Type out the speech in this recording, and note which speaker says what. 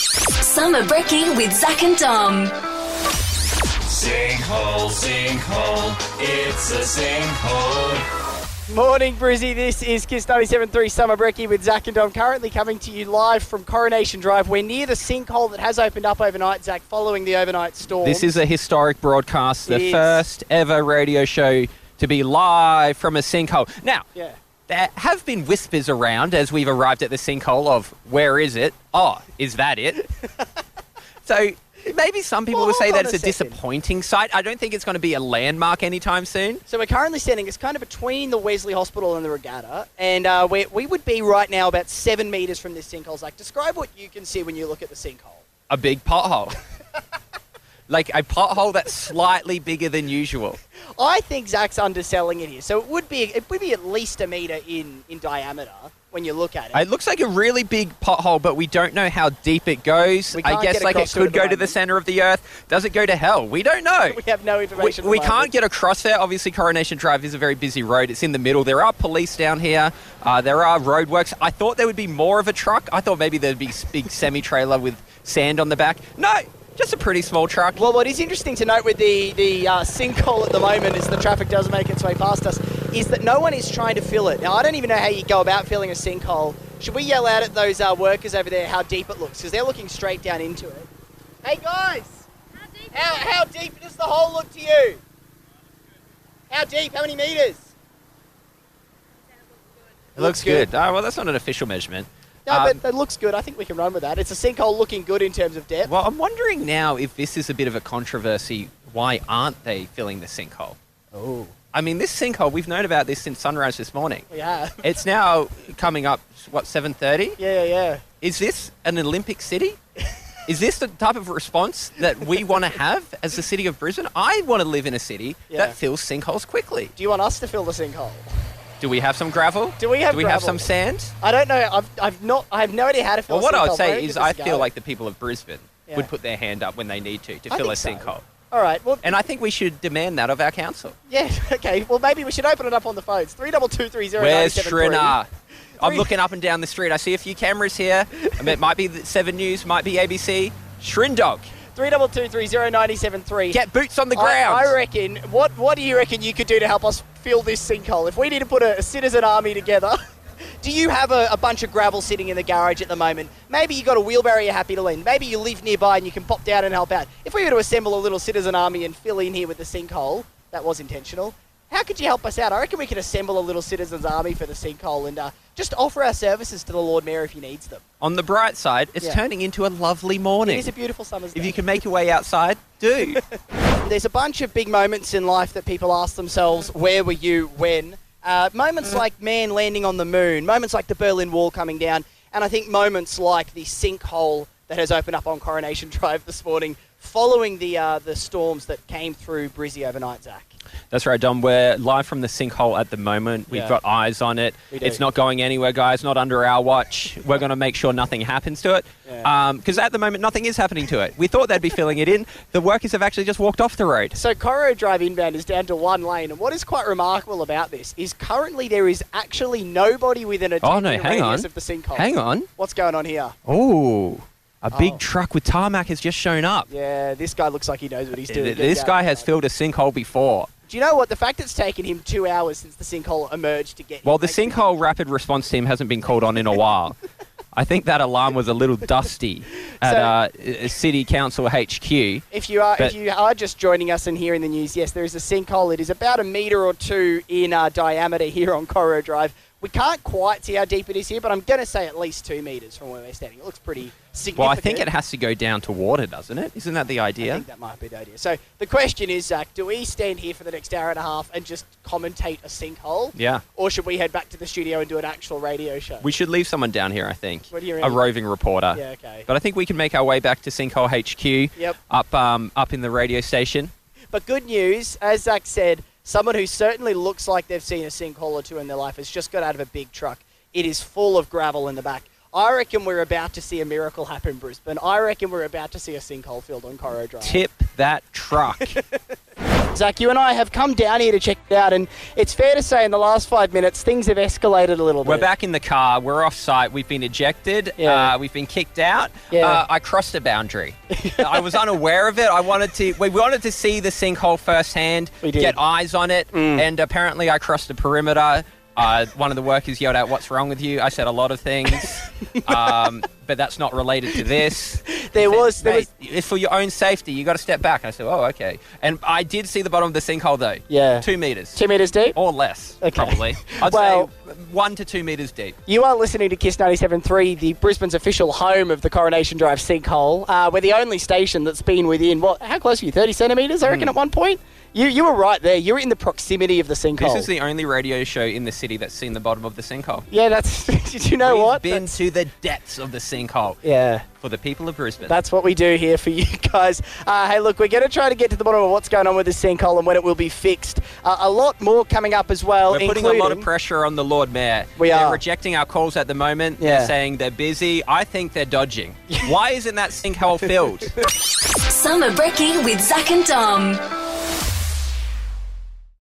Speaker 1: Summer Brekkie with Zach and Dom.
Speaker 2: Sinkhole, sinkhole, it's a sinkhole.
Speaker 3: Morning, Brizzy. This is Kiss 97.3 Summer Brekkie with Zach and Dom, currently coming to you live from Coronation Drive. We're near the sinkhole that has opened up overnight, Zach, following the overnight storm.
Speaker 4: This is a historic broadcast,
Speaker 3: It
Speaker 4: the
Speaker 3: is.
Speaker 4: first ever radio show to be live from a sinkhole. Now,
Speaker 3: Yeah.
Speaker 4: there have been whispers around as we've arrived at the sinkhole of where is it? Oh, is that it? so maybe some people
Speaker 3: Well,
Speaker 4: will say
Speaker 3: hold
Speaker 4: that
Speaker 3: on
Speaker 4: it's
Speaker 3: a
Speaker 4: a,
Speaker 3: second.
Speaker 4: disappointing site. I don't think it's going to be a landmark anytime soon.
Speaker 3: So we're currently standing, it's kind of between the Wesley Hospital and the Regatta, and uh, we we would be right now about seven metres from this sinkhole. Zach, describe what you can see when you look at the sinkhole.
Speaker 4: A big pothole. like a pothole that's slightly bigger than usual.
Speaker 3: I think Zach's underselling it here. So it would be it would be at least a metre in, in diameter when you look at it.
Speaker 4: It looks like a really big pothole, but we don't know how deep it goes.
Speaker 3: We can't
Speaker 4: I
Speaker 3: get
Speaker 4: guess like it
Speaker 3: across to it
Speaker 4: could
Speaker 3: at the
Speaker 4: go to the
Speaker 3: moment.
Speaker 4: center of the earth. Does it go to hell? We don't know.
Speaker 3: we have no
Speaker 4: We,
Speaker 3: information. at
Speaker 4: we
Speaker 3: the
Speaker 4: can't
Speaker 3: moment.
Speaker 4: get across there. Obviously, Coronation Drive is a very busy road. It's in the middle. There are police down here. Uh, there are roadworks. I thought there would be more of a truck. I thought maybe there'd be s- big semi trailer with sand on the back. No, just a pretty small truck.
Speaker 3: Well, what is interesting to note with the the uh, sinkhole at the moment, as the traffic does make its way past us, is that no one is trying to fill it. Now, I don't even know how you go about filling a sinkhole. Should we yell out at those uh, workers over there how deep it looks? Because they're looking straight down into it. Hey guys, how how deep does the hole look to you? How deep? How many meters?
Speaker 4: it looks good. Oh, well, that's not an official measurement.
Speaker 3: No,
Speaker 4: Um,
Speaker 3: but that looks good. I think we can run with that. It's a sinkhole looking good in terms of depth.
Speaker 4: Well, I'm wondering now if this is a bit of a controversy. Why aren't they filling the sinkhole?
Speaker 3: Oh,
Speaker 4: I mean, this sinkhole. We've known about this since sunrise this morning.
Speaker 3: yeah,
Speaker 4: It's now coming up. What 7:30?
Speaker 3: yeah, yeah, yeah.
Speaker 4: Is this an Olympic city? Is this the type of response that we want to have as the city of Brisbane? I want to live in a city
Speaker 3: Yeah.
Speaker 4: that fills sinkholes quickly.
Speaker 3: Do you want us to fill the sinkhole?
Speaker 4: Do we have some gravel?
Speaker 3: Do we have
Speaker 4: Do we have
Speaker 3: gravel?
Speaker 4: some sand?
Speaker 3: I don't know. I've, I've not. I have no idea how to fill.
Speaker 4: Well, what
Speaker 3: a
Speaker 4: I
Speaker 3: sinkhole.
Speaker 4: would
Speaker 3: Why don't
Speaker 4: say
Speaker 3: you
Speaker 4: is
Speaker 3: give us
Speaker 4: I
Speaker 3: a
Speaker 4: feel
Speaker 3: go?
Speaker 4: like the people of Brisbane
Speaker 3: Yeah.
Speaker 4: would put their hand up when they need to to
Speaker 3: I
Speaker 4: fill a
Speaker 3: think so.
Speaker 4: sinkhole.
Speaker 3: All right. Well,
Speaker 4: And I think we should demand that of our council.
Speaker 3: yeah. Okay. Well, maybe we should open it up on the phones. Three double two three zero.
Speaker 4: Where's Shrina? I'm
Speaker 3: Three-
Speaker 4: looking up and down the street. I see a few cameras here. I mean, it might be the Seven News, might be ABC. Shrindog,
Speaker 3: Three double two three zero ninety seven three.
Speaker 4: get boots on the
Speaker 3: I,
Speaker 4: ground.
Speaker 3: I reckon. What What do you reckon you could do to help us fill this sinkhole? If we need to put a, a citizen army together. Do you have a, a bunch of gravel sitting in the garage at the moment? Maybe you got a wheelbarrow you're happy to lend. Maybe you live nearby and you can pop down and help out. If we were to assemble a little citizen army and fill in here with the sinkhole, that was intentional. How could you help us out? I reckon we could assemble a little citizens army for the sinkhole and uh, just offer our services to the Lord Mayor if he needs them.
Speaker 4: on the bright side, it's
Speaker 3: Yeah.
Speaker 4: turning into a lovely morning.
Speaker 3: It is a beautiful summer's day.
Speaker 4: if you can make your way outside, do.
Speaker 3: There's a bunch of big moments in life that people ask themselves, where were you when? Uh, moments
Speaker 4: Mm-hmm.
Speaker 3: like man landing on the moon, moments like the Berlin Wall coming down, and I think moments like the sinkhole that has opened up on Coronation Drive this morning following the, uh, the storms that came through Brizzy overnight, Zach.
Speaker 4: That's right, Dom. We're live from the sinkhole at the moment. We've
Speaker 3: Yeah.
Speaker 4: got eyes on it.
Speaker 3: We do.
Speaker 4: It's not going anywhere, guys. Not under our watch. We're going to make sure nothing happens to it. Because
Speaker 3: Yeah.
Speaker 4: at the moment, nothing is happening to it. We thought they'd be filling it in. The workers have actually just walked off the road.
Speaker 3: So Coro Drive inbound is down to one lane, and what is quite remarkable about this is currently there is actually nobody within a
Speaker 4: Oh, no,
Speaker 3: 10
Speaker 4: hang
Speaker 3: radius
Speaker 4: on.
Speaker 3: of the sinkhole.
Speaker 4: Hang on.
Speaker 3: What's going on here?
Speaker 4: Oh, a big
Speaker 3: Oh.
Speaker 4: truck with tarmac has just shown up.
Speaker 3: Yeah, this guy looks like he knows what he's doing.
Speaker 4: Th- This
Speaker 3: Get
Speaker 4: guy
Speaker 3: down.
Speaker 4: has filled a sinkhole before.
Speaker 3: Do you know what? The fact it's taken him two hours since the sinkhole emerged to get.
Speaker 4: Well,
Speaker 3: him
Speaker 4: the
Speaker 3: makes me-
Speaker 4: sinkhole rapid response team hasn't been called on in a while. I think that alarm was a little dusty at
Speaker 3: So-
Speaker 4: uh, uh, City Council HQ.
Speaker 3: If you are, if
Speaker 4: but-
Speaker 3: you are just joining us and hearing the news, yes, there is a sinkhole. It is about a meter or two in uh, diameter here on Coro Drive. We can't quite see how deep it is here, but I'm going to say at least two meters from where we're standing. It looks pretty significant.
Speaker 4: Well, I think it has to go down to water, doesn't it? Isn't that the
Speaker 3: I
Speaker 4: idea?
Speaker 3: think that might be the idea. So the question is, Zach, do we stand here for the next hour and a half and just commentate a sinkhole?
Speaker 4: Yeah.
Speaker 3: Or should we head back to the studio and do an actual radio show?
Speaker 4: We should leave someone down here, I think.
Speaker 3: What do you
Speaker 4: A
Speaker 3: reckon?
Speaker 4: roving reporter.
Speaker 3: Yeah, okay.
Speaker 4: But I think we can make our way back to Sinkhole HQ.
Speaker 3: Yep.
Speaker 4: Up, um, up in the radio station.
Speaker 3: But good news, as Zach said, someone who certainly looks like they've seen a sinkhole or two in their life has just got out of a big truck. It is full of gravel in the back. I reckon we're about to see a miracle happen, Brisbane. I reckon we're about to see a sinkhole filled on Coro Drive.
Speaker 4: Tip that truck.
Speaker 3: Zach, you and I have come down here to check it out, and it's fair to say in the last five minutes things have escalated a little
Speaker 4: We're
Speaker 3: bit.
Speaker 4: back in the car. We're off site. We've been ejected.
Speaker 3: Yeah.
Speaker 4: Uh, we've been kicked out.
Speaker 3: Yeah.
Speaker 4: Uh, I crossed a boundary. I was unaware of it. I wanted to. We wanted to see the sinkhole firsthand.
Speaker 3: We did. Mm.
Speaker 4: Get eyes on it. And apparently, I crossed the perimeter. Uh, one of the workers yelled out, "What's wrong with you?" I said a lot of things, um, but that's not related to this.
Speaker 3: There
Speaker 4: He said,
Speaker 3: was- there was-
Speaker 4: "Mate, It's for your own safety. You got to step back. And I said, "Oh, okay." And I did see the bottom of the sinkhole, though.
Speaker 3: Yeah.
Speaker 4: two meters
Speaker 3: Two meters deep.
Speaker 4: or less,
Speaker 3: Okay.
Speaker 4: probably. I'd
Speaker 3: Well-
Speaker 4: say one to two meters deep.
Speaker 3: You are listening to Kiss 97.3, the Brisbane's official home of the Coronation Drive sinkhole. Uh, we're the only station that's been within, what, how close are you, 30 centimetres, I
Speaker 4: Hmm.
Speaker 3: reckon, at one point? You, you were right there. You were in the proximity of the sinkhole.
Speaker 4: This is the only radio show in the city that's seen the bottom of the sinkhole.
Speaker 3: yeah, that's. Did you know
Speaker 4: We've
Speaker 3: what?
Speaker 4: been
Speaker 3: That's-
Speaker 4: to the depths of the sinkhole
Speaker 3: yeah.
Speaker 4: for the people of Brisbane.
Speaker 3: That's what we do here for you guys. Uh, hey, look, we're going to try to get to the bottom of what's going on with this sinkhole and when it will be fixed. Uh, a lot more coming up as well.
Speaker 4: We're putting a lot of
Speaker 3: including-
Speaker 4: pressure on the Lord Mayor.
Speaker 3: We
Speaker 4: they're
Speaker 3: are.
Speaker 4: rejecting our calls at the moment.
Speaker 3: Yeah.
Speaker 4: They're saying they're busy. I think they're dodging. Why isn't that sinkhole filled?
Speaker 1: Summer Brekkie with Zach and Dom.